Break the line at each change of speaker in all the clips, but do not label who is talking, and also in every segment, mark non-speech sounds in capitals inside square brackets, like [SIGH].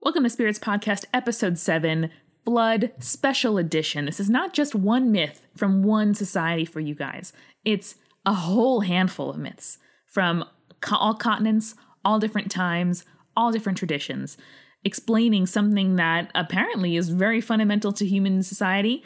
Welcome to Spirits Podcast, Episode 7, Blood Special Edition. This is not just one myth from one society for you guys, it's a whole handful of myths from co- all continents, all different times, all different traditions, explaining something that apparently is very fundamental to human society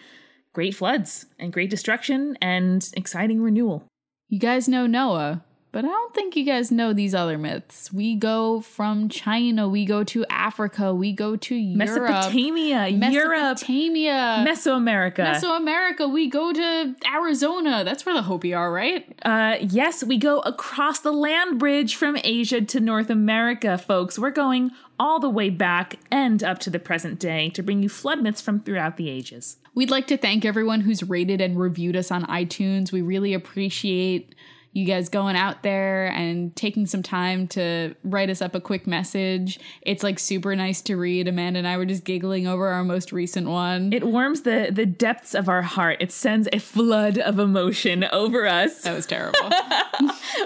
great floods and great destruction and exciting renewal.
You guys know Noah, but I don't think you guys know these other myths. We go from China, we go to Africa, we go to Europe,
Mesopotamia, Europe,
Mesopotamia,
Mesoamerica.
Mesoamerica. We go to Arizona. That's where the Hopi are, right?
Uh, yes, we go across the land bridge from Asia to North America, folks. We're going all the way back and up to the present day to bring you flood myths from throughout the ages.
We'd like to thank everyone who's rated and reviewed us on iTunes. We really appreciate you guys going out there and taking some time to write us up a quick message. It's like super nice to read. Amanda and I were just giggling over our most recent one.
It warms the the depths of our heart. It sends a flood of emotion over us.
that was terrible.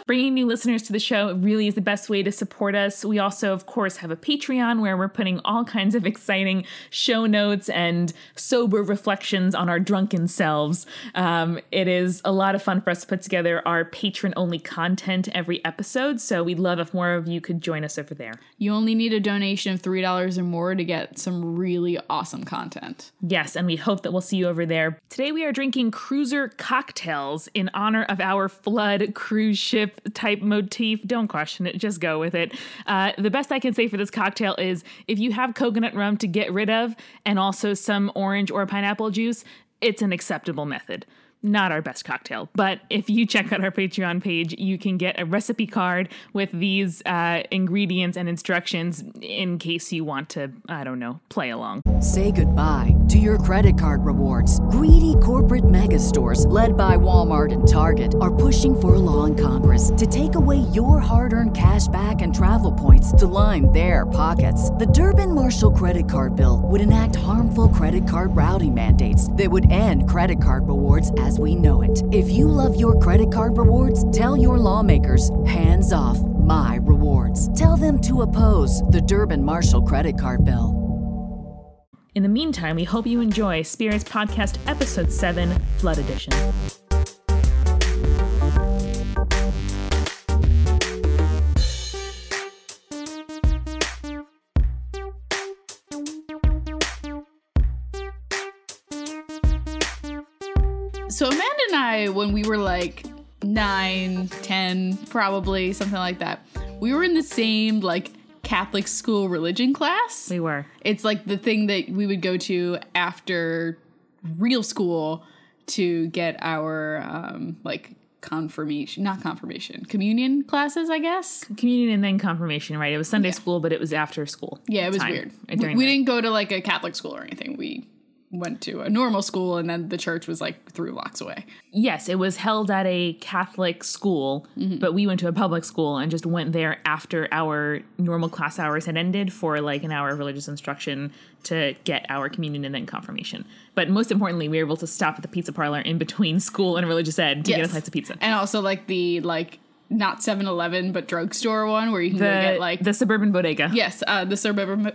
Bringing new listeners to the show really is the best way to support us. We also, of course, have a Patreon where we're putting all kinds of exciting show notes and sober reflections on our drunken selves. Um, it is a lot of fun for us to put together our patron only content every episode. So we'd love if more of you could join us over there.
you only need a donation of $3 or more to get some really awesome content.
Yes, and we hope that we'll see you over there. Today we are drinking cruiser cocktails in honor of our flood cruise ship type motif. Don't question it, just go with it. Uh, the best I can say for this cocktail is if you have coconut rum to get rid of and also some orange or pineapple juice, it's an acceptable method. Not our best cocktail, but if you check out our Patreon page, you can get a recipe card with these uh, ingredients and instructions in case you want to, I don't know, play along.
Say goodbye to your credit card rewards. Greedy corporate mega stores, led by Walmart and Target, are pushing for a law in Congress to take away your hard earned cash back and travel points to line their pockets. The Durbin Marshall credit card bill would enact harmful credit card routing mandates that would end credit card rewards as we know it. If you love your credit card rewards, tell your lawmakers hands off my rewards. Tell them to oppose the Durbin Marshall credit card bill.
In the meantime, we hope you enjoy Spirits Podcast Episode 7, Flood Edition.
So Amanda and I, when we were like nine, ten, probably something like that, we were in the same like Catholic school religion class.
We were.
It's like the thing that we would go to after real school to get our um, like confirmation, not confirmation, communion classes, I guess.
Communion and then confirmation, right? It was Sunday school, but it was after school.
Yeah, it was
time,
weird.
uh,
We,
during
we
the-
didn't go to like a Catholic school or anything. We went to a normal school, and then the church was like three blocks away.
Yes, it was held at a Catholic school,
Mm-hmm.
but we went to a public school and just went there after our normal class hours had ended for like an hour of religious instruction to get our communion and then confirmation. But most importantly, we were able to stop at the pizza parlor in between [LAUGHS] school and religious ed to get a
Yes.
slice of pizza.
And also like the like not 7-Eleven but drugstore one where you can go
The,
get like
the suburban bodega.
yes, uh, the [LAUGHS] suburban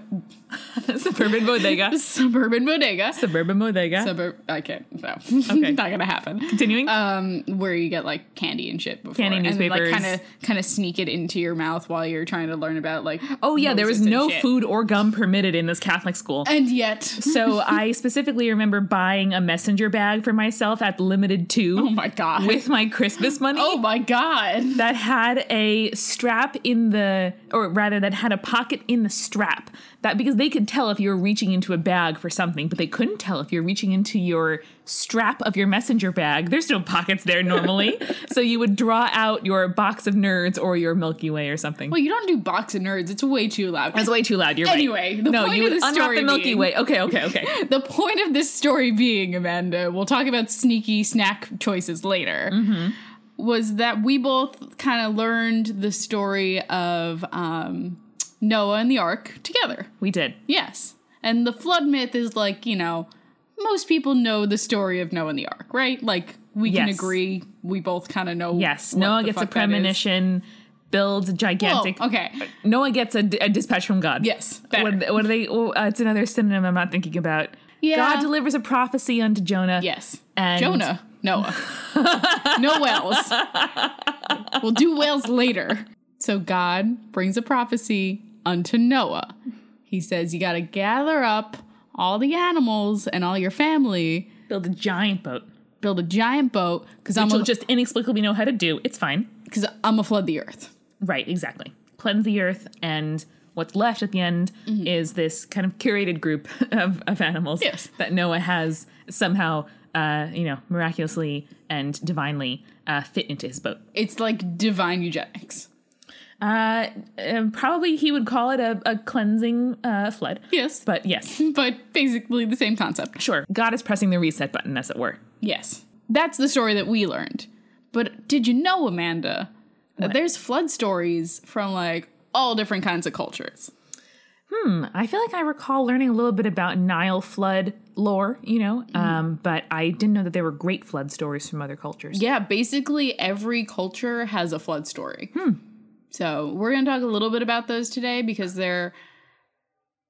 [LAUGHS] suburban bodega.
suburban bodega.
suburban bodega.
Suburb, I can't. No,
Okay.
[LAUGHS] not gonna happen.
Continuing.
Um, where you get like candy and shit before,
Candy,
and
newspapers.
like kind of kind of sneak it into your mouth while you're trying to learn about like.
Oh yeah, there was
Moses and
no
shit.
food or gum permitted in this Catholic school.
and [LAUGHS] yet.
so I specifically remember buying a [LAUGHS] messenger bag for myself at limited two
Oh my god.
with Oh my Christmas money.
oh my god.
that had a strap in the, or rather, that had a pocket in the strap. That because they could tell if you were reaching into a bag for something, but they couldn't tell if you're reaching into your strap of your messenger bag. There's no pockets there
[LAUGHS]
normally, so you would draw out your box of nerds or your Milky Way or something.
Well, you don't do box of nerds. It's way too loud.
That's way too loud. You're right.
Anyway, the
no,
point
you
of
would
the
unwrap
story
the Milky
being-
Way. Okay, okay, okay.
The point of this story being, Amanda, we'll talk about sneaky snack choices later,
Mm-hmm.
was that we both kind of learned the story of um, Noah and the Ark together.
We
[LAUGHS]
did.
Yes. And the flood myth is like, you know, most people know the story of Noah and the Ark, right? Like, we can
Yes.
agree. We both kind of know.
Yes,
what
Noah
the
gets a
fuck that is.
premonition, builds a
Whoa,
gigantic.
okay.
Noah gets a, a dispatch from God.
Yes. better.
What, what are they? Oh, uh, it's another synonym I'm not thinking about.
Yeah.
God delivers a prophecy unto Jonah.
Yes.
And-
Jonah. Noah. no whales. We'll do whales later. So God brings a prophecy unto Noah. He says, You got to gather up all the animals and all your family,
Build a giant boat,
build a giant boat, because I'm
which will
going
just inexplicably know how to do. It's fine.
to flood the earth.
Right, exactly. Cleanse the earth, and what's left at the end
Mm-hmm.
is this kind of curated group [LAUGHS] of, of animals
Yes.
that Noah has somehow, uh, you know, miraculously and divinely uh, fit into his boat.
It's like divine eugenics.
Uh, um, probably he would call it a, a cleansing uh, flood.
Yes. But,
But
[LAUGHS]
yes,
but basically the same concept.
sure. God is pressing the reset button, as it were.
Yes. That's the story that we learned. But did you know, Amanda, that there's flood stories from like all different kinds of cultures?
I feel like I recall learning a little bit about Nile flood lore, you know,
Mm-hmm.
um, but I didn't know that there were great flood stories from other cultures.
Yeah, basically every culture has a flood story. Hmm. So we're going to talk a little bit about those today because they're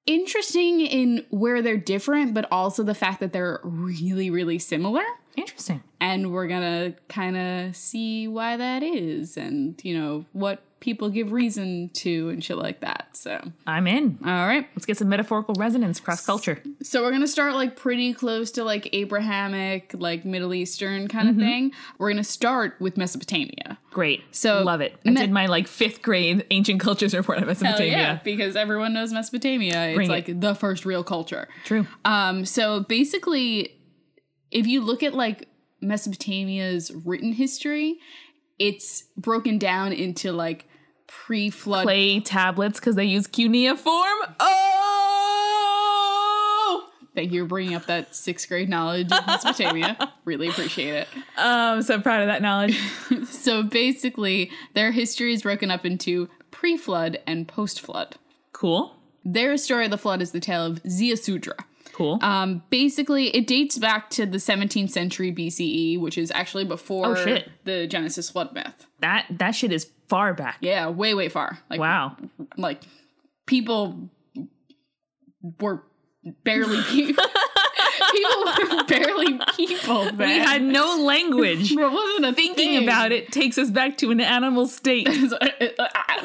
interesting in where they're different, but also the fact that they're really, really similar.
Interesting.
And we're going to kind of see why that is and, you know, what people give reason to and shit like that. So,
I'm in.
all right.
Let's get some metaphorical resonance cross culture.
So we're gonna start like pretty close to like Abrahamic, like Middle Eastern kind of thing. We're gonna start with Mesopotamia.
Great.
So-
love it. I
Me-
did my like fifth grade ancient cultures report on Mesopotamia.
because everyone knows Mesopotamia. It's
Bring it.
like the first real culture.
True.
Um, so basically, if you look at like Mesopotamia's written history, it's broken down into like pre-flood.
Play tablets because they use cuneiform. Oh.
Thank you for bringing up that sixth grade knowledge
[LAUGHS]
of Mesopotamia. really appreciate it.
I'm Um, so proud of that knowledge.
So basically, their history is broken up into pre flood and post flood.
Cool.
Their story of the flood is the tale of Ziasudra.
Cool.
Um, basically, it dates back to the 17th century BCE, which is actually before
Oh, shit.
the Genesis flood myth.
that that shit is far back.
Yeah, way, way far. Like,
Wow.
like people were barely [LAUGHS] people. people were barely people then.
We had no language.
[LAUGHS] it wasn't a
Thinking
thing. uh,
about
[LAUGHS]
it takes us back to an animal state. [LAUGHS]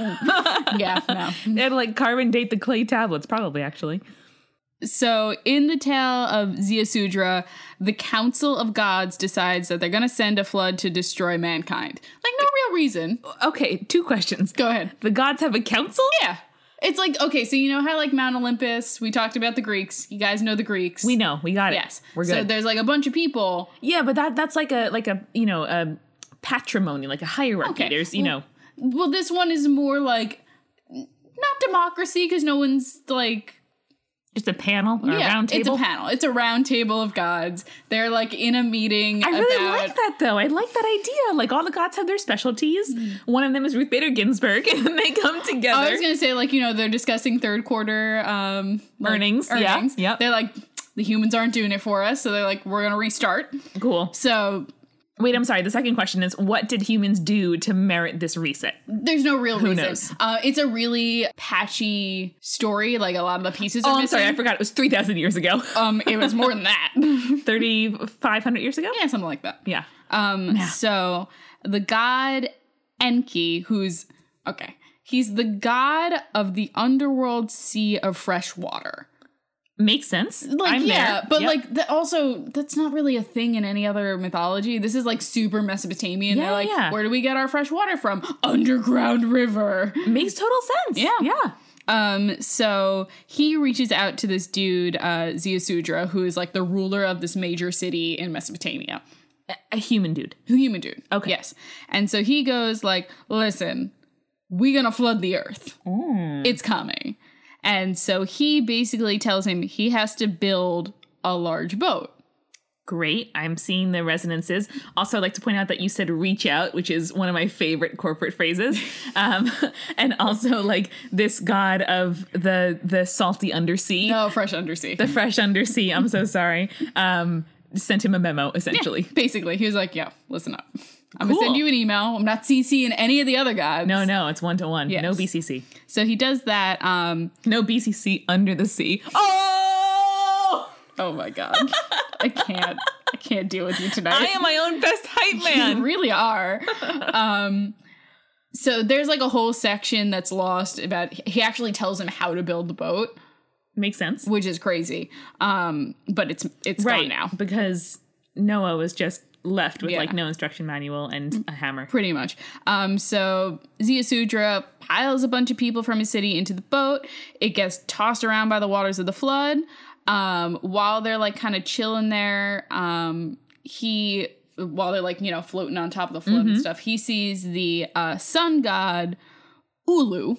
yeah, no.
They had to like carbon date the clay tablets, probably actually.
So, in the tale of Ziasudra, the Council of Gods decides that they're going to send a flood to destroy mankind. Like, no real reason.
Okay, two questions.
Go ahead.
The gods have a council?
Yeah. It's like, okay, so you know how, like, Mount Olympus, we talked about the Greeks. You guys know the Greeks.
We know, we got it.
Yes.
We're
So,
good.
there's like a bunch of people.
yeah, but that that's like a like a you know, a patrimony, like a hierarchy.
Okay,
There's you
well-
know
Well, this one is more like, n- not democracy, because no one's like,
just a panel or a round table.
It's a panel. It's a round table of gods. They're like in a meeting.
I really
about,
like that though. I like that idea. Like all the gods have their specialties. One of them is Ruth Bader Ginsburg, [LAUGHS] and they come together.
Mm. I was gonna say like you know they're discussing third quarter um like,
Earnings, yeah, yep.
They're like the humans aren't doing it for us, so they're like we're gonna restart.
cool.
So
Wait, I'm sorry. The second question is what did humans do to merit this reset?
there's no real reason.
knows?
Uh, it's a really patchy story. Like a lot of the pieces.
Oh,
are
I'm sorry. I
missing.
forgot. It was 3,000 years ago. [LAUGHS]
Um, it was more than that.
3,500 years ago?
yeah, something like that.
Yeah.
Um, so the god Enki, who's okay, he's the god of the underworld sea of fresh water.
Makes sense.
like
I'm
yeah,
there.
but
Yep.
like that also that's not really a thing in any other mythology. This is like super Mesopotamian.
Yeah,
They're like,
yeah.
where do we get our fresh water from? Underground river.
makes total sense.
Yeah.
yeah.
Um, so he reaches out to this dude, uh, Ziasudra, who is like the ruler of this major city in Mesopotamia.
A human dude.
Who human dude?
Okay.
Yes. And so he goes like, listen, we gonna flood the earth.
Mm.
It's coming. And so he basically tells him he has to build a large boat.
Great. I'm seeing the resonances. Also, I'd like to point out that you said reach out, which is one of my favorite corporate
[LAUGHS]
phrases. Um, [LAUGHS] and also like this god of the the salty undersea.
No, fresh undersea.
The fresh undersea, I'm so sorry. Um, sent him a memo essentially.
[LAUGHS] basically, he was like, "Yo, listen up. I'm gonna
Cool.
send you an email. I'm not CCing any of the other gods."
No, no, it's one to one.
Yes.
No BCC.
So he does that. Um.
No BCC under the sea. Oh,
Oh my god, I can't. I can't deal with you tonight.
I am my own best hype
[LAUGHS] You
man.
really are. Um. So there's like a whole section that's lost about. He actually tells him how to build the boat,
Makes sense.
which is crazy. Um. But it's it's
Right
gone now.
because Noah was just left with
Yeah. Mm.
like no instruction manual and a hammer.
Pretty much. Um, so Ziasudra piles a bunch of people from his city into the boat. It gets tossed around by the waters of the flood. Um, while they're like kind of chilling there, um, he while they're like you know floating on top of the flood
Mm-hmm.
and stuff, he sees the uh, sun god Ulu,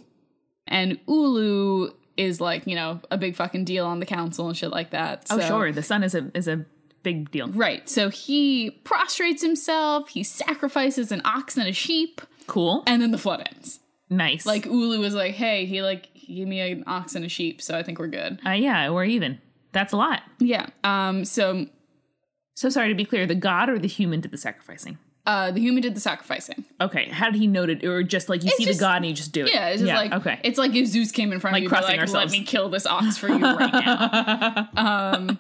and Ulu is like you know a big fucking deal on the council and shit like that.
Oh,
So-
sure. The sun is a is a big deal.
Right, so he prostrates himself, he sacrifices an ox and a sheep,
Cool.
and then the flood ends.
nice.
Like Ulu was like, "Hey, he like he gave me an ox and a sheep, so I think we're good."
uh, yeah, we're even. That's a lot.
Yeah. Um. So,
So sorry to be clear. The god or the human did the sacrificing.
uh, the human did the sacrificing.
Okay. How did he note it? Or just like you see
just-
the god and you just do it.
Yeah. It's just like
okay.
It's [LAUGHS] like if Zeus came in front
Like
of you, and
crossing
like,
ourselves.
"Let me kill this ox for you right now."
[LAUGHS]
um.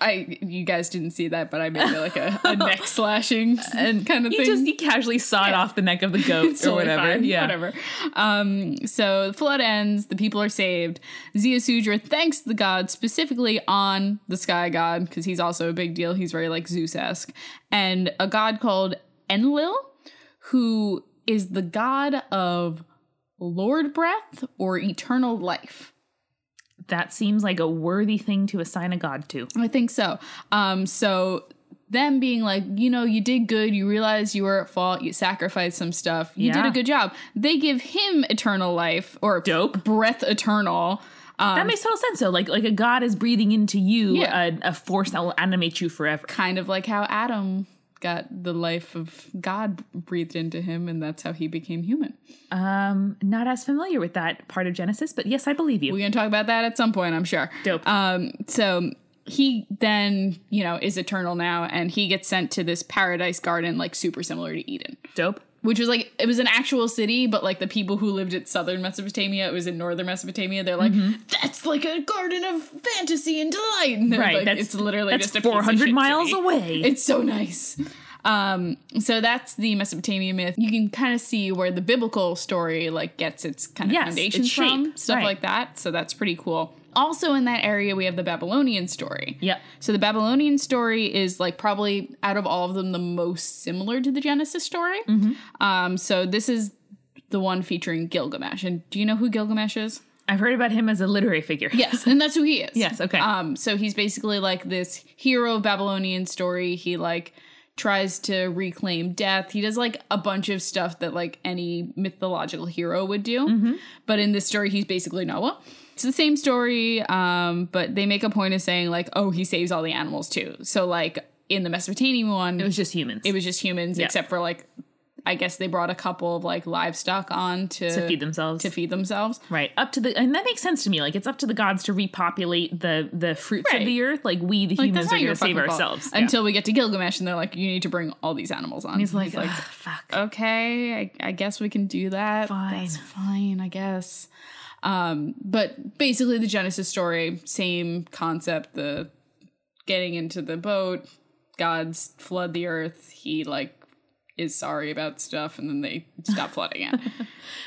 I you guys didn't see that, but I made it like a,
[LAUGHS]
a neck slashing and kind of
he
thing.
just he casually saw it off the neck of the
[LAUGHS]
goat
It's
or
totally
whatever.
fine.
Yeah.
Whatever. Um, so the flood ends, the people are saved. Ziasudra thanks the god specifically on the sky god, because he's also a big deal. He's very like Zeus-esque. And a god called Enlil, who is the god of Lord Breath or eternal life.
That seems like a worthy thing to assign a god to.
I think so. Um, so them being like, you know, you did good, you realized you were at fault, you sacrificed some stuff, you did
Yeah.
a good job. They give him eternal life or
Dope.
breath eternal.
That makes total sense though. Like like a god is breathing into you
Um, Yeah.
a, a force that will animate you forever.
kind of like how Adam got the life of God breathed into him, and that's how he became human.
Um, not as familiar with that part of Genesis, but yes, I believe you.
We're gonna talk about that at some point, I'm sure.
Dope.
Um, so he then, you know, is eternal now, and he gets sent to this paradise garden, like super similar to Eden.
Dope.
which was like it was an actual city, but like the people who lived at southern Mesopotamia, it was in northern Mesopotamia. They're like,
Mm-hmm.
that's like a garden of fantasy and delight. And
[LAUGHS]
they're
Right,
like,
that's-
it's literally
That's
just a piece of
400
shit
miles
city.
away.
It's so nice. Um, so that's the Mesopotamia myth. You can kind of see where the biblical story like gets its kind of
Yes,
foundations
its shape,
from, stuff
right.
like that. So that's pretty cool. Also in that area, we have the Babylonian story.
yep.
So the Babylonian story is like probably out of all of them the most similar to the Genesis story. Um, so this is the one featuring Gilgamesh. And do you know who Gilgamesh is?
I've heard about him as a literary figure.
Yes, and that's who he is.
Yes, okay.
Um, so he's basically like this hero of Babylonian story. He like tries to reclaim death. He does like a bunch of stuff that like any mythological hero would do.
Mm-hmm.
But in this story, he's basically Noah. It's the same story, um, but they make a point of saying like, oh, he saves all the animals too. So like in the Mesopotamian one,
It was just humans.
it was just humans,
Yeah.
except for like, I guess they brought a couple of like livestock on to,
to feed themselves.
to feed themselves.
right. Up to the and that makes sense to me. Like it's up to the gods to repopulate the the fruits
Right.
of the earth. Like we the humans
that's
are
not
going
your
to save
fucking fault.
ourselves. Yeah.
Until we get to Gilgamesh, and they're like, "You need to bring all these animals on." He's
like, "Ugh, fuck.
"Okay, I, I guess we can do that.
Fine.
That's fine, I guess." Um, but basically, the Genesis story, same concept. The getting into the boat, gods [LAUGHS] flood the earth. He like is sorry about stuff, and then they stop flooding it.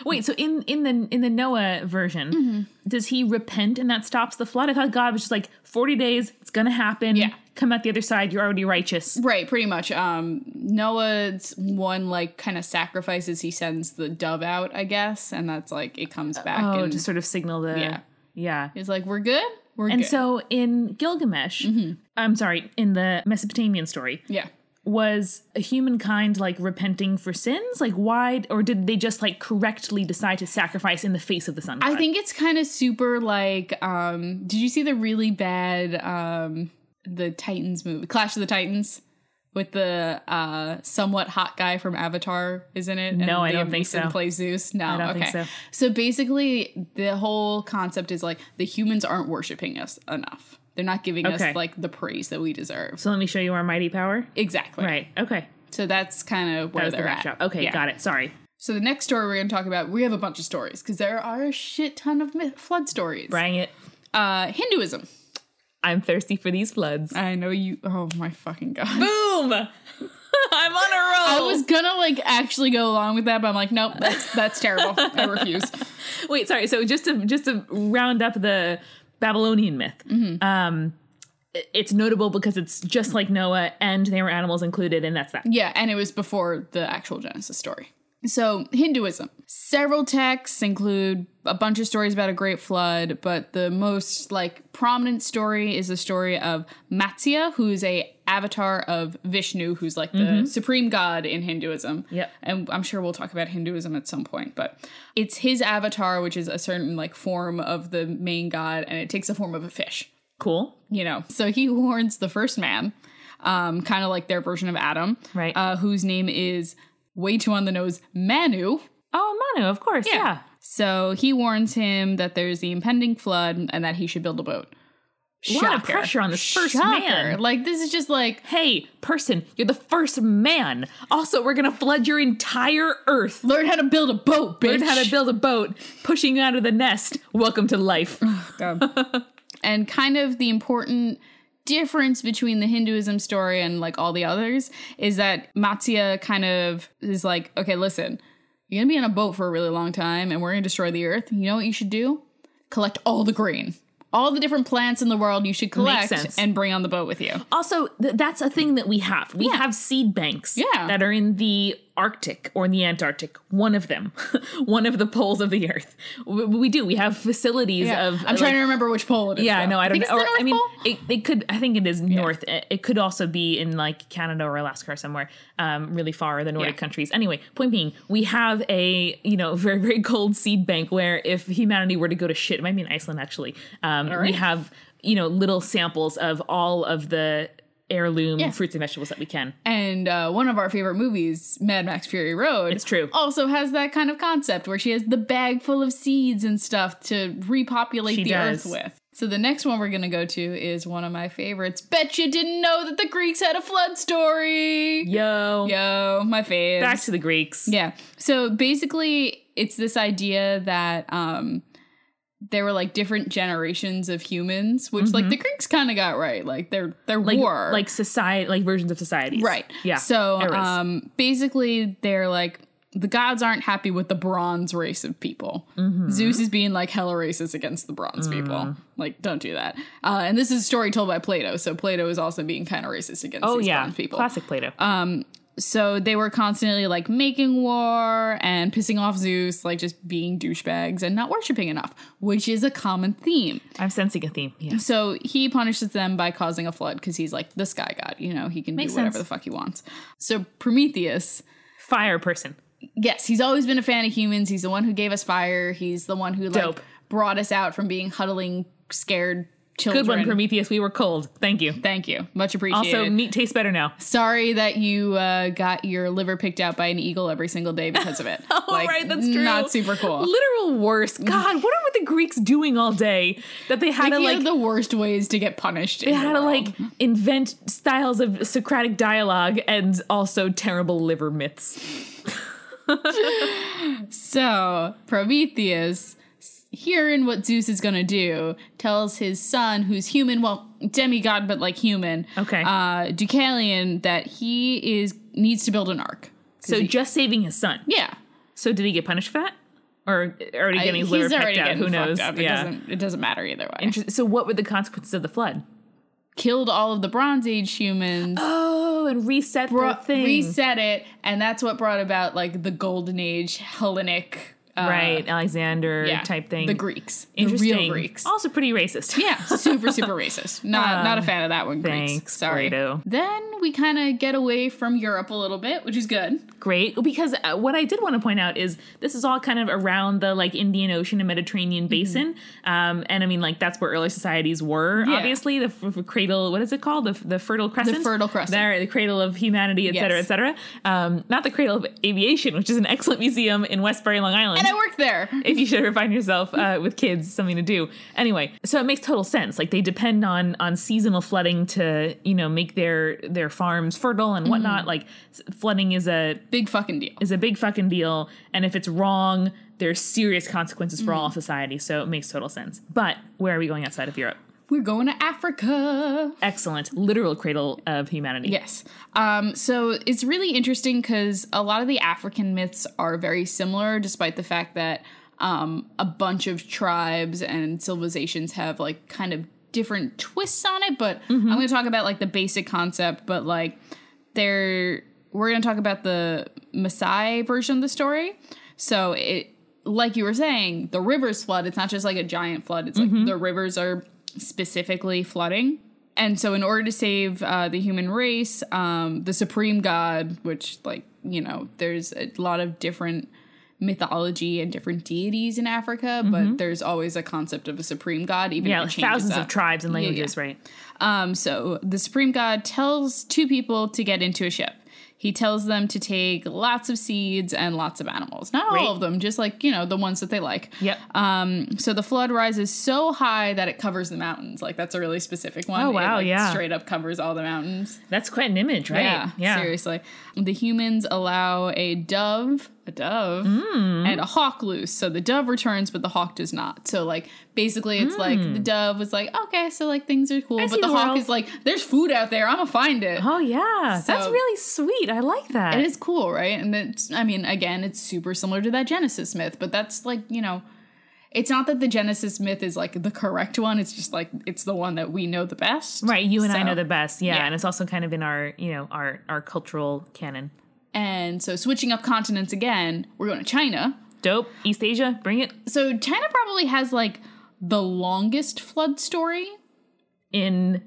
Wait, so in in the in the Noah version,
Mm-hmm.
does he repent and that stops the flood? I thought God was just like forty days, it's gonna happen.
Yeah.
come out the other side, you're already righteous.
Right, pretty much. Um, Noah's one like kind of sacrifices. He sends the dove out, I guess, and that's like it comes back
Oh,
and
to sort of signal the
Yeah.
yeah.
he's like, "We're good, we're
And
good."
so in Gilgamesh, I'm sorry, in the Mesopotamian story,
yeah,
was humankind like repenting for sins? Like why, or did they just like correctly decide to sacrifice in the face of the sun god?
I think it's kind of super like. Um, did you see the really bad um the Titans movie, Clash of the Titans? With the uh, somewhat hot guy from Avatar, isn't it? And
No, I
the
don't think
Mason
so.
Plays Zeus. No,
I don't
okay.
think so.
So basically, the whole concept is like the humans aren't worshiping us enough. They're not giving
Okay.
us like the praise that we deserve.
So let me show you our mighty power.
Exactly.
Right. Okay.
So that's kind of where
That was the
they're at.
backdrop. Okay,
Yeah.
got it. Sorry.
So the next story we're going to talk about, we have a bunch of stories because there are a shit ton of myth- flood stories.
Bring it.
Uh, Hinduism.
I'm thirsty for these floods.
I know you. Oh my fucking god.
Boom! [LAUGHS] I'm on a roll.
I was gonna like actually go along with that, but I'm like, nope, that's that's terrible. I refuse. [LAUGHS]
Wait, sorry. So just to just to round up the Babylonian myth, um, i- it's notable because it's just like Noah, and there were animals included, and that's that.
Yeah, and it was before the actual Genesis story. So, Hinduism. Several texts include a bunch of stories about a great flood, but the most like prominent story is the story of Matsya, who's a avatar of Vishnu, who's like the supreme god in Hinduism.
Yep.
And I'm sure we'll talk about Hinduism at some point, but it's his avatar, which is a certain like form of the main god, and it takes the form of a fish
Cool.
you know. So he [LAUGHS] warns the first man, um, kind of like their version of Adam,
Right.
Uh, whose name is way too on the nose, Manu.
Oh, Manu, of course. Yeah.
So he warns him that there's the impending flood and that he should build a boat.
A lot of pressure on this first man.
Like this is just like
Hey, person, you're the first man. Also, we're gonna flood your entire earth.
learn how to build a boat, bitch.
Learn how to build a boat. Pushing out of the nest. Welcome to life.
and kind of the important difference between the Hinduism story and like all the others is that Matsya kind of is like, okay, listen, you're gonna be on a boat for a really long time and we're gonna destroy the earth. You know what you should do? Collect all the grain. All the different plants in the world you should collect
sense.
and bring on the boat with you.
Also, th- that's a thing that we have. We have seed banks
Yeah.
that are in the Arctic or in the Antarctic, one of them, [LAUGHS] one of the poles of the Earth. We, we do. We have facilities of. uh,
I'm trying to remember which pole it is.
Yeah,
though.
no, I don't
think
know.
It's
Or,
the North
I mean,
Pole?
it, it could. I think it is north. It, it could also be in like Canada or Alaska or somewhere, um, really far the Nordic
Yeah.
countries. Anyway, point being, we have a you know [LAUGHS] very very cold seed bank where if humanity were to go to shit, it might be in Iceland actually. Um, We
right.
have you know little samples of all of the heirloom fruits and vegetables that we
[LAUGHS]
can.
And uh, one of our favorite movies, Mad Max Fury Road,
It's true.
also has that kind of concept where she has the bag full of seeds and stuff to repopulate
She
the
does.
earth with. So the next one we're going to go to is one of my favorites. Bet you didn't know that the Greeks had a flood story.
Yo,
Yo, my fave.
back to the Greeks.
Yeah. So basically, it's this idea that um, there were like different generations of humans, which like the Greeks kind of got right. Like there, there
Mm-hmm. Like,
were
like society, like versions of societies,
Right.
Yeah.
So
eras.
um basically they're like the gods aren't happy with the bronze race of people.
Mm-hmm.
Zeus is being like hella racist against the bronze people. Like, don't do that. Uh, and this is a story told by Plato. So Plato is also being kind of racist against
oh
these
yeah,
bronze people. Uh,
classic Plato.
So they were constantly like making war and pissing off Zeus, like just being douchebags and not worshiping enough, which is a common theme.
I'm sensing a theme.
[LAUGHS]
Yeah.
So he punishes them by causing a flood because he's like the sky god. You know, he can
Makes
do whatever
sense.
the fuck he wants. So Prometheus,
Fire person.
yes, he's always been a fan of humans. He's the one who gave us fire. He's the one who like
Dope.
brought us out from being huddling, scared children.
Good one, Prometheus. We were cold. Thank you.
Thank you, much appreciated.
Also, meat tastes better now.
Sorry that you uh, got your liver picked out by an eagle every single day because
[LAUGHS]
of it. oh,
right, that's true.
Not super cool.
Literal worst. God, what are the Greeks doing all day that they had to
Like,
like
the worst ways to get punished. They
they had to like invent styles of Socratic dialogue and also terrible liver myths.
So Prometheus, hearing what Zeus is going to do, tells his son, who's human, well, demigod, but like human,
Okay.
uh, Deucalion, that he is needs to build an ark.
So just saving his son.
Yeah.
So did he get punished for that? or already
I-
getting his liver picked out. Who
fucked
knows?
up. It, doesn't, it doesn't matter either way.
Inter- So, what were the consequences of the flood?
Killed all of the Bronze Age humans.
Oh, and reset
bro-
the thing.
reset it, and that's what brought about like the Golden Age Hellenic, uh,
right, Alexander
Yeah,
type thing.
The Greeks, The real
Interesting.
Greeks.
Also pretty racist.
yeah, super super racist. [LAUGHS] Not not a fan of that one. Greeks.
thanks,
Sorry.
Plato.
Then we kind of get away from Europe a little bit, which is good.
[LAUGHS] Great. Because uh, what I did want to point out is this is all kind of around the like Indian Ocean and Mediterranean
Mm-hmm.
basin. Um, and I mean, like, that's where early societies were,
Yeah.
obviously. The f- f- cradle, what is it called? The, f- the fertile crescent?
Fertile Crescent.
There, the cradle of humanity, et cetera,
Yes.
et cetera. Um, not the cradle of aviation, which is an excellent museum in Westbury, Long Island.
And I worked there.
if you should ever find
[LAUGHS]
yourself uh, with kids something to do anyway so it makes total sense like they depend on on seasonal flooding to you know make their their farms fertile and
Mm-hmm.
whatnot like s- flooding is a
Big fucking deal.
is a big fucking deal and if it's wrong there's serious consequences for
Mm-hmm.
all of society so it makes total sense but where are we going outside of europe
We're going to Africa.
excellent literal cradle of humanity
Yes. Um, so it's really interesting because a lot of the African myths are very similar, despite the fact that um, a bunch of tribes and civilizations have like kind of different twists on it. But I'm going to talk about like the basic concept, but like there, we're going to talk about the Maasai version of the story. So it, like you were saying, the rivers flood. It's not just like a giant flood. It's
Mm-hmm.
like the rivers are specifically flooding. And so, in order to save uh, the human race, um, the supreme god, which, like, you know, there's a lot of different mythology and different deities in Africa, but there's always a concept of a supreme god, even
Mm-hmm. yeah
if it changes
thousands
up.
of tribes and languages right
Um, so the Supreme God tells two people to get into a ship. He tells them to take lots of seeds and lots of animals. Not
Great.
all of them, just like, you know, the ones that they like.
yep
Um, so the flood rises so high that it covers the mountains. Like that's a really specific one.
Oh,
It,
wow,
like,
yeah.
Straight up covers all the mountains.
that's quite an image right
Yeah, Seriously. The humans allow a dove, a dove,
Mm.
and a hawk loose. So the dove returns, but the hawk does not. So like basically it's like the dove was like, okay, so like things are cool.
Hmm. I
but
see
the
the
hawk
world.
is like, there's food out there, I'ma find it.
oh yeah that's
So-
really sweet i like that
It is cool, right? And it's I mean, again, it's super similar to that Genesis myth, but that's like, you know, it's not that the Genesis myth is like the correct one. It's just like it's the one that we know the best.
Right, you and I
So-
know the best. Yeah,
yeah.
and it's also kind of in our, you know, our our cultural canon.
And so switching up continents again, we're going to China.
Dope, East Asia, bring it
So China probably has like the longest flood story.
in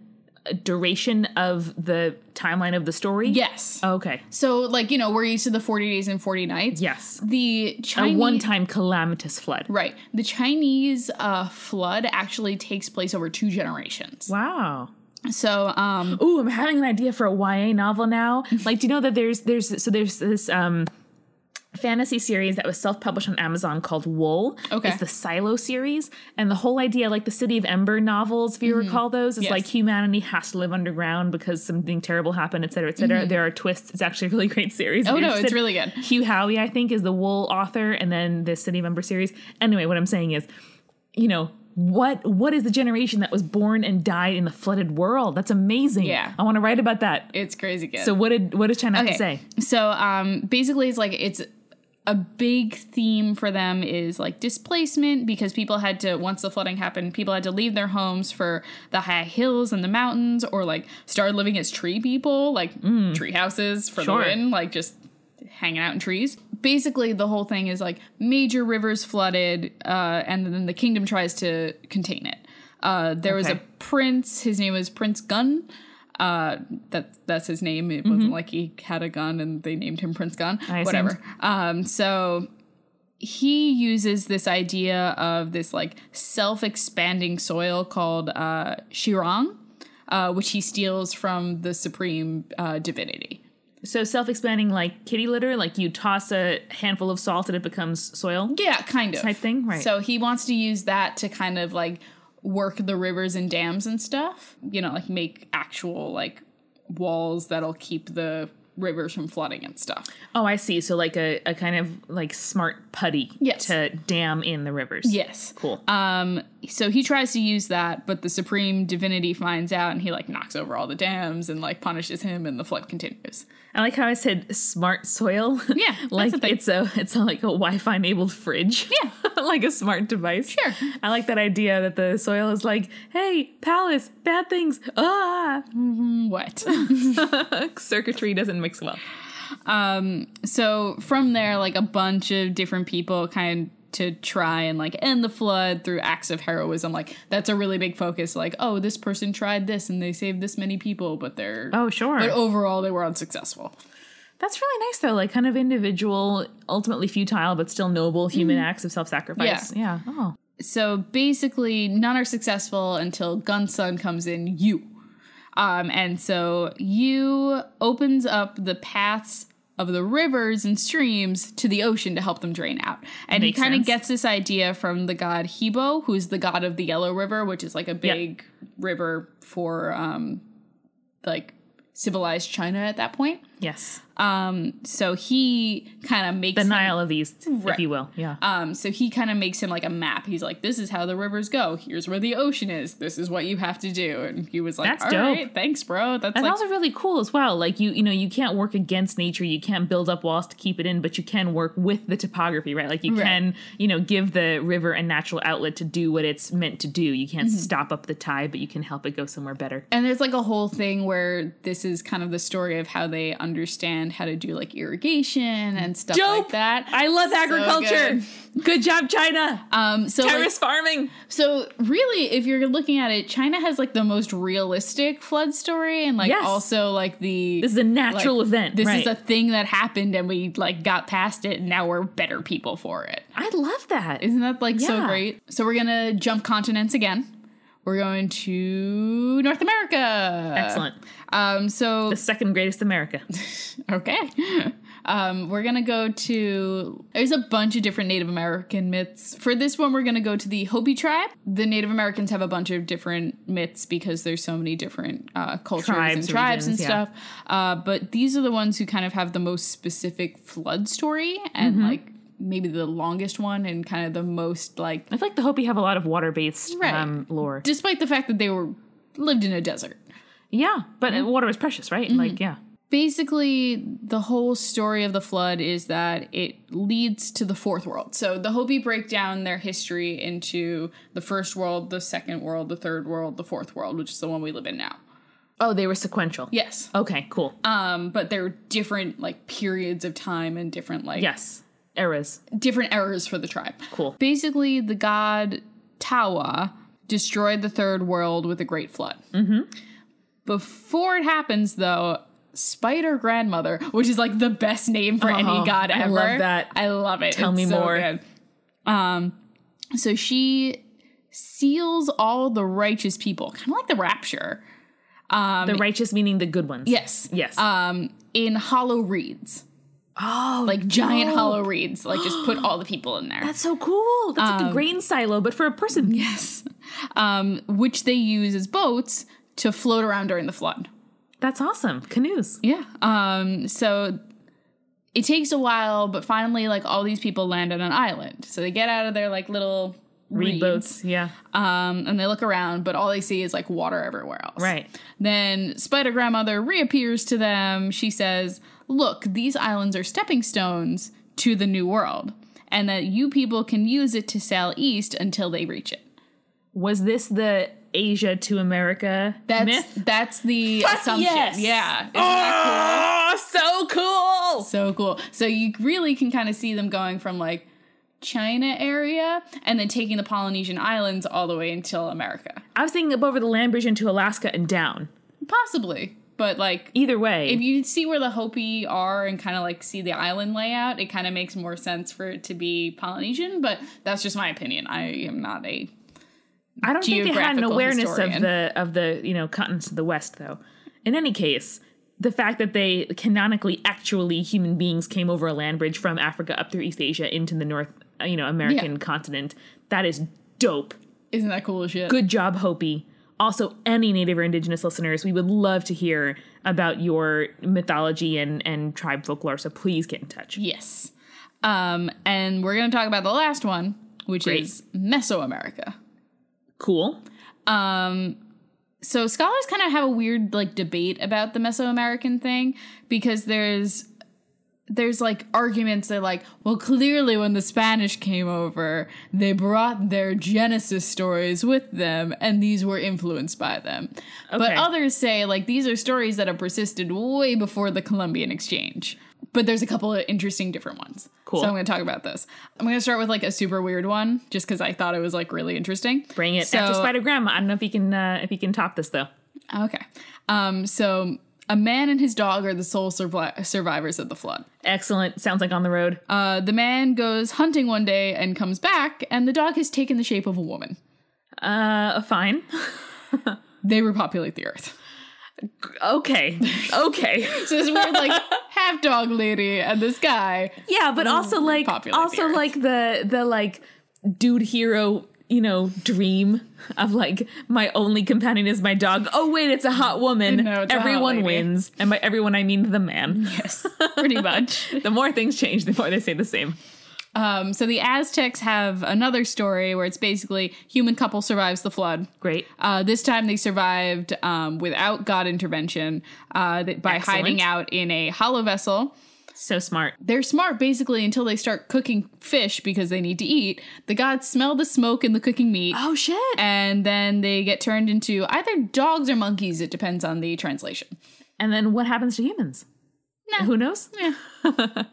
duration of the timeline of the story.
Yes.
Okay.
So like, you know, we're used to the 40 days and 40 nights.
Yes.
The
A
Chinese
one-time calamitous flood.
Right. The Chinese uh, flood actually takes place over two generations.
Wow.
So um
Ooh, I'm having an idea for a YA novel now. Like, do you know that there's there's so there's this um fantasy series that was self-published on Amazon called Wool.
Okay.
It's the Silo series. And the whole idea, like the City of Ember novels, if you recall those, is
Mm-hmm. Yes.
like humanity has to live underground because something terrible happened, et cetera, et cetera. There are twists. It's actually a really great series. if
Mm-hmm. Oh
you're
no, it's
interested.
really good.
Hugh Howey, I think, is the Wool author, and then the City Member series. Anyway, what I'm saying is, you know, what what is the generation that was born and died in the flooded world? That's amazing.
Yeah.
I want to write about that.
It's crazy good.
so what did what does China have to say?
So um basically it's like it's a big theme for them is like displacement because people had to once the flooding happened, people had to leave their homes for the high hills and the mountains or like start living as tree people, like tree houses for
Mm. Sure.
the win, like just hanging out in trees. Basically the whole thing is like major rivers flooded uh and then the kingdom tries to contain it. Uh there was a
Okay.
prince, his name was Prince Gun uh that that's his name it wasn't like he had a gun and they named him prince gun
Mm-hmm. I assumed.
whatever um so he uses this idea of this like self-expanding soil called uh shirang uh, which he steals from the supreme uh, divinity
So self-expanding like kitty litter, like you toss a handful of salt and it becomes soil.
yeah kind of
Type thing, right.
so he wants to use that to kind of like work the rivers and dams and stuff you know like make actual like walls that'll keep the rivers from flooding and stuff.
Oh, I see. So like a, a kind of like smart putty
Yes.
to dam in the rivers.
Yes.
Cool.
Um, so he tries to use that, but the supreme divinity finds out and he like knocks over all the dams and like punishes him and the flood continues.
I like how I said smart soil. [LAUGHS]
Yeah, that's
like
the thing.
it's a it's a, like a Wi-Fi enabled fridge. Yeah, [LAUGHS] like a smart device.
Sure.
I like that idea that the soil is like, hey, palace, bad things. Ah,
What? [LAUGHS]
circuitry doesn't mix well.
so from there, like a bunch of different people kind to try and like end the flood through acts of heroism. Like that's a really big focus. Like, oh, this person tried this and they saved this many people, but they're
Oh, sure.
but overall they were unsuccessful.
That's really nice though. Like kind of individual, ultimately futile, but still noble human acts of self-sacrifice. Yeah. Oh.
so basically none are successful until Gunsun comes in you. Um, and so you opens up the paths of the rivers and streams to the ocean to help them drain out. And
Makes
he kind
sense.
of gets this idea from the god Hebo, who's the god of the Yellow River, which is like a big river for um, like civilized China at that point.
Yes.
Um, so he kind of makes
The
him-
Nile of the East, if
Right.
you will. Yeah.
um, so he kind of makes him like a map. He's like, "This is how the rivers go. Here's where the ocean is. This is what you have to do." And he was like,
That's
"All
dope.
right, thanks, bro. That's
And
like,
also really cool as well. Like you, you know, you can't work against nature. You can't build up walls to keep it in, but you can work with the topography, right? Like you
Right.
can, you know, give the river a natural outlet to do what it's meant to do. You can't
Mm-hmm.
stop up the tide, but you can help it go somewhere better.
and there's like a whole thing where this is kind of the story of how they understand how to do like irrigation and stuff like that.
I love
So
agriculture.
good.
good. job, China.
Um, so like,
Terrace farming.
So really, if you're looking at it, China has like the most realistic flood story, and like
Yes.
also like the
This is a natural event,
This
right.
is a thing that happened, and we like got past it, and now we're better people for it.
I love that.
Isn't that like so
Yeah.
great? So we're gonna jump continents again. We're going to North America.
Excellent.
Um. So
The second greatest
[LAUGHS]
America.
okay. [LAUGHS] Um, we're gonna go to. There's a bunch of different Native American myths. For this one, we're gonna go to the Hopi tribe. The Native Americans have a bunch of different myths because there's so many different uh, cultures
Tribes,
and tribes
regions,
and
yeah.
stuff. Uh, but these are the ones who kind of have the most specific flood story and
Mm-hmm.
like maybe the longest one and kind of the most like,
I feel like the Hopi have a lot of water based
Right.
um, lore.
despite the fact that they were lived in a desert.
yeah, but
Mm-hmm.
uh, water is precious, right? Like, yeah.
basically the whole story of the flood is that it leads to the fourth world. So the Hopi break down their history into the first world, the second world, the third world, the fourth world, which is the one we live in now.
Oh, they were sequential.
Yes.
Okay, cool.
Um, but there are different like periods of time and different like
yes. Eras.
different eras for the tribe.
Cool.
Basically, the god Tawa destroyed the third world with a great flood. Mm-hmm. Before it happens, though, Spider Grandmother, which is like the best name for
Oh,
any god
I
ever.
love that.
I love it.
Tell
It's
me
so
more.
good. Um, so she seals all the righteous people, kind of like the rapture. Um,
The righteous meaning the good ones.
yes,
Yes.
Um, in hollow reeds,
oh,
like giant hollow reeds, like just put all the people in there.
that's so cool. That's like a grain silo, but for a person.
Yes. Um, which they use as boats to float around during the flood.
That's awesome. Canoes.
Yeah. Um, so it takes a while, but finally, like all these people land on an island. So they get out of their like little
Reed
reeds,
boats. Yeah.
um, and they look around, but all they see is like water everywhere else.
Right.
Then Spider Grandmother reappears to them. She says, Look, these islands are stepping stones to the new world, and that you people can use it to sail east until they reach it.
Was this the Asia to America
That's
myth?
that's the assumption.
yes.
Yeah. It's
Oh, so cool.
so cool. So you really can kind of see them going from like China area and then taking the Polynesian islands all the way until America.
I was thinking up over the land bridge into Alaska and down.
Possibly. But like
Either way.
if you see where the Hopi are and kind of like see the island layout, it kind of makes more sense for it to be Polynesian, but that's just my opinion. I am not a
I don't think they had an
geographical
awareness of
historian.
the of the you know continents of the West though. In any case, the fact that they canonically actually human beings came over a land bridge from Africa up through East Asia into the North uh, you know American
Yeah.
continent that is dope.
Isn't that cool as shit?
Good job, Hopi. Also, any Native or Indigenous listeners, we would love to hear about your mythology and, and tribe folklore, so please get in touch.
Yes. Um, and we're going to talk about the last one, which
Great.
is Mesoamerica.
Cool.
Um, so scholars kind of have a weird like debate about the Mesoamerican thing because there's there's like arguments that like well clearly when the Spanish came over they brought their Genesis stories with them and these were influenced by them. But
Okay.
others say like these are stories that have persisted way before the Columbian Exchange. But there's a couple of interesting different ones.
Cool.
So I'm going to talk about this. I'm going to start with like a super weird one just cuz I thought it was like really interesting.
Bring it
So-
after Spider Grandma. I don't know if you can uh, if you can top this though.
Okay. Um, so a man and his dog are the sole survi- survivors of the flood.
Excellent. Sounds like on the road.
Uh, the man goes hunting one day and comes back, and the dog has taken the shape of a woman.
Uh, fine.
They repopulate the earth.
Okay. Okay.
So this weird, like, half dog lady and this guy.
[LAUGHS] yeah, but also
Mm,
like
populate the
also
earth.
like the the like dude hero you know dream of like my only companion is my dog. Oh wait, it's a hot woman.
No, it's a hot
everyone
lady.
wins, and by everyone I mean the
[LAUGHS]
man.
Yes, pretty much.
the more things change, the more they say the same.
Um, so the Aztecs have another story where it's basically human couple survives the flood.
Great.
Uh, this time they survived um, without God intervention uh, that- by
Excellent.
hiding out in a hollow vessel.
So smart.
They're smart basically until they start cooking fish because they need to eat. The gods smell the smoke in the cooking meat.
Oh shit.
And then they get turned into either dogs or monkeys. It depends on the translation.
And then what happens to humans?
Nah.
Who knows?
Yeah.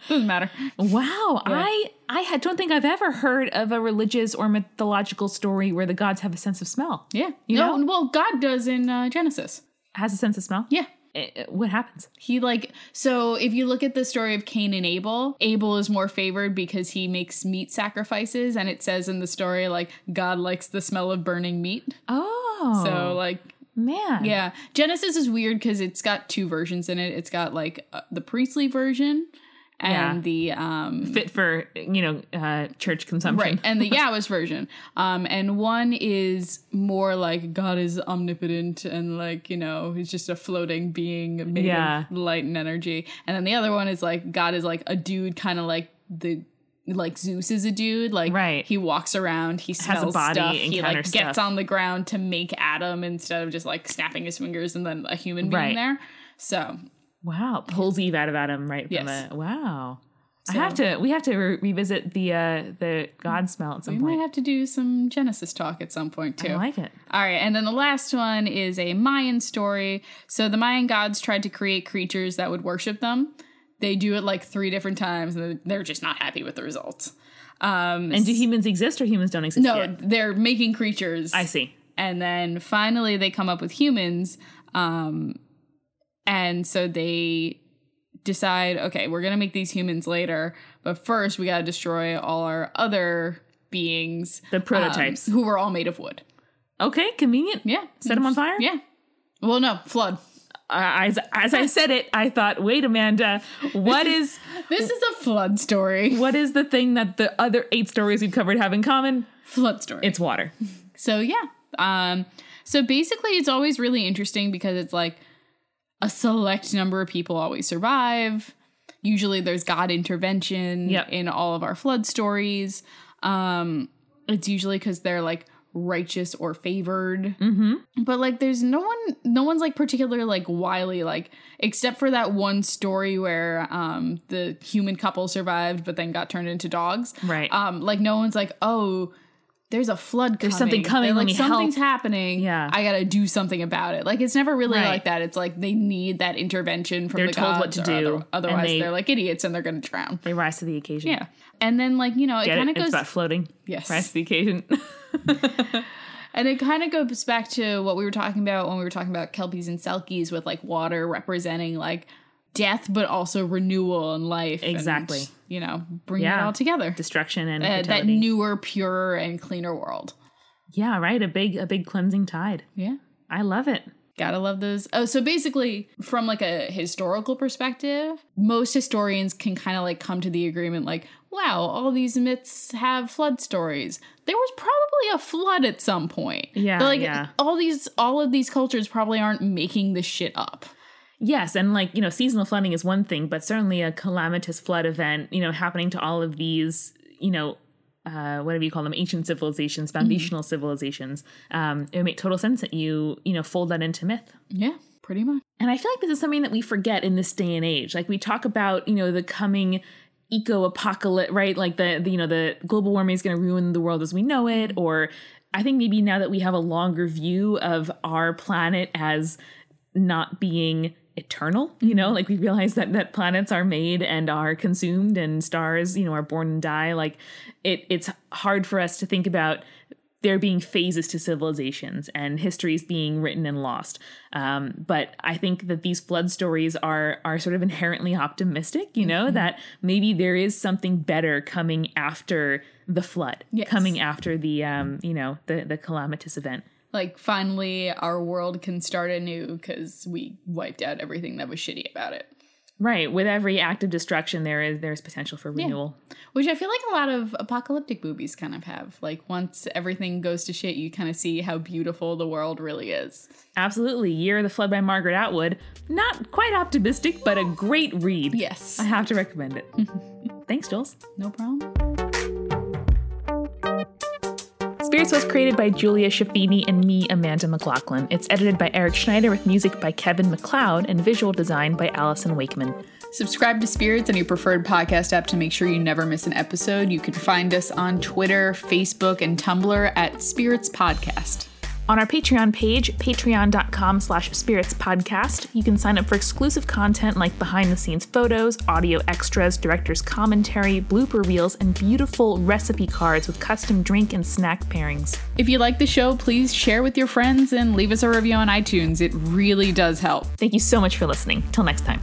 Doesn't matter.
Wow, I I had, don't think I've ever heard of a religious or mythological story where the gods have a sense of smell.
Yeah.
You
no,
know?
well, God does in uh, Genesis.
Has a sense of smell.
Yeah.
Eh, eh, what happens?
He like so if you look at the story of Cain and Abel, Abel is more favored because he makes meat sacrifices and it says in the story like God likes the smell of burning meat.
Oh,
So like
man,
Yeah, Genesis is weird because it's got two versions in it. It's got like uh, the priestly version and the um
fit for you know uh, church consumption.
right and the Yahwist version. Um, and one is more like God is omnipotent and like you know he's just a floating being made
Yeah.
of light and energy. And then the other one is like God is like a dude, kind of like the. Like Zeus is a dude, like
Right.
he walks around, he
a
smells
body,
stuff, he like
encounters
gets
stuff.
on the ground to make Adam instead of just like snapping his fingers and then a human being
Right.
there. So
Wow, pulls Eve out of Adam right from
Yes.
a wow. I have to. We have to re- revisit the uh, the god smell at some
We
point.
might have to do some Genesis talk at some point too.
I like it.
All right, and then the last one is a Mayan story. So the Mayan gods tried to create creatures that would worship them. They do it like three different times, and they're just not happy with the results. Um,
And do humans exist or humans don't exist?
no,
yet?
they're making creatures.
I see.
And then finally, they come up with humans. Um, and so they decide, okay, we're going to make these humans later, but first we got to destroy all our other beings.
The
um,
prototypes.
who were all made of wood.
Okay, convenient.
Yeah.
Set them on fire.
Yeah. Well, no, flood.
I- as, as I said it, I thought, wait,
[LAUGHS]
Amanda, what is
This is a flood story.
what is the thing that the other eight stories we've covered have in common?
Flood story.
It's water.
So yeah. Um so basically it's always really interesting because it's like a select number of people always survive. Usually there's god intervention
Yep.
in all of our flood stories. Um it's usually cuz they're like righteous or favored.
Mm-hmm.
But like there's no one no one's like particular like wily like except for that one story where um the human couple survived but then got turned into dogs.
Right.
Um like no one's like, "Oh, there's a flood coming.
There's something coming,
They're
let
like
me
something's
help."
happening.
Yeah.
I got to do something about it. Like it's never really
Right.
like that. It's like they need that intervention from
They're
the
told what
gods
to
or
do,
other-
and
otherwise
they-
they, are like idiots and they're going to drown.
they rise to the occasion.
Yeah. And then like, you know, it
Get
kind
it?
of goes
it's about floating.
[LAUGHS] Yes.
Rise to the
[LAUGHS]
occasion.
And it kind of goes back to what we were talking about when we were talking about Kelpies and Selkies with like water representing like death, but also renewal and life. and,
Exactly.
you know, bringing it
Yeah.
all together.
Destruction and
Uh, that
fertility.
newer, purer, and cleaner world.
yeah, right. A big a big cleansing tide.
Yeah.
I love it.
Gotta love those. Oh, so basically, from like a historical perspective, most historians can kind of like come to the agreement like wow, all these myths have flood stories. There was probably a flood at some point.
Yeah,
But, like
yeah.
all these all of these cultures probably aren't making this shit up.
Yes, and like, you know, seasonal flooding is one thing, but certainly a calamitous flood event, you know, happening to all of these, you know, uh, whatever you call them, ancient
Mm-hmm.
civilizations, foundational civilizations. Um, it would make total sense that you, you know, fold that into myth.
Yeah, pretty much.
And I feel like this is something that we forget in this day and age. Like we talk about, you know, the coming eco apocalypse, right? Like the, the you know the global warming is going to ruin the world as we know it. Or I think maybe now that we have a longer view of our planet as not being eternal, you know, like we realize that that planets are made and are consumed, and stars, you know, are born and die. Like it, it's hard for us to think about there being phases to civilizations and histories being written and lost. Um, but I think that these flood stories are are sort of inherently optimistic. You know
Mm-hmm.
that maybe there is something better coming after the flood,
Yes.
coming after the um, you know the the calamitous event.
Like finally our world can start anew cuz we wiped out everything that was shitty about it.
Right. With every act of destruction, there is there is potential for renewal.
Which I feel like a lot of apocalyptic movies kind of have. Like once everything goes to shit, you kind of see how beautiful the world really is.
Absolutely. Year of the Flood by Margaret Atwood. Not quite optimistic, but a great read.
Yes.
I have to recommend
[LAUGHS]
it. Thanks, Jules.
No problem.
Spirits was created by Julia Shafini and me, Amanda McLaughlin. It's edited by Eric Schneider with music by Kevin McLeod and visual design by Allison Wakeman.
Subscribe to Spirits on your preferred podcast app to make sure you never miss an episode. You can find us on Twitter, Facebook, and Tumblr at Spirits Podcast.
On our Patreon page, patreon.com slash spirits podcast, you can sign up for exclusive content like behind the scenes photos, audio extras, director's commentary, blooper reels, and beautiful recipe cards with custom drink and snack pairings.
If you like the show, please share with your friends and leave us a review on iTunes. It really does help.
Thank you so much for listening. Till next time.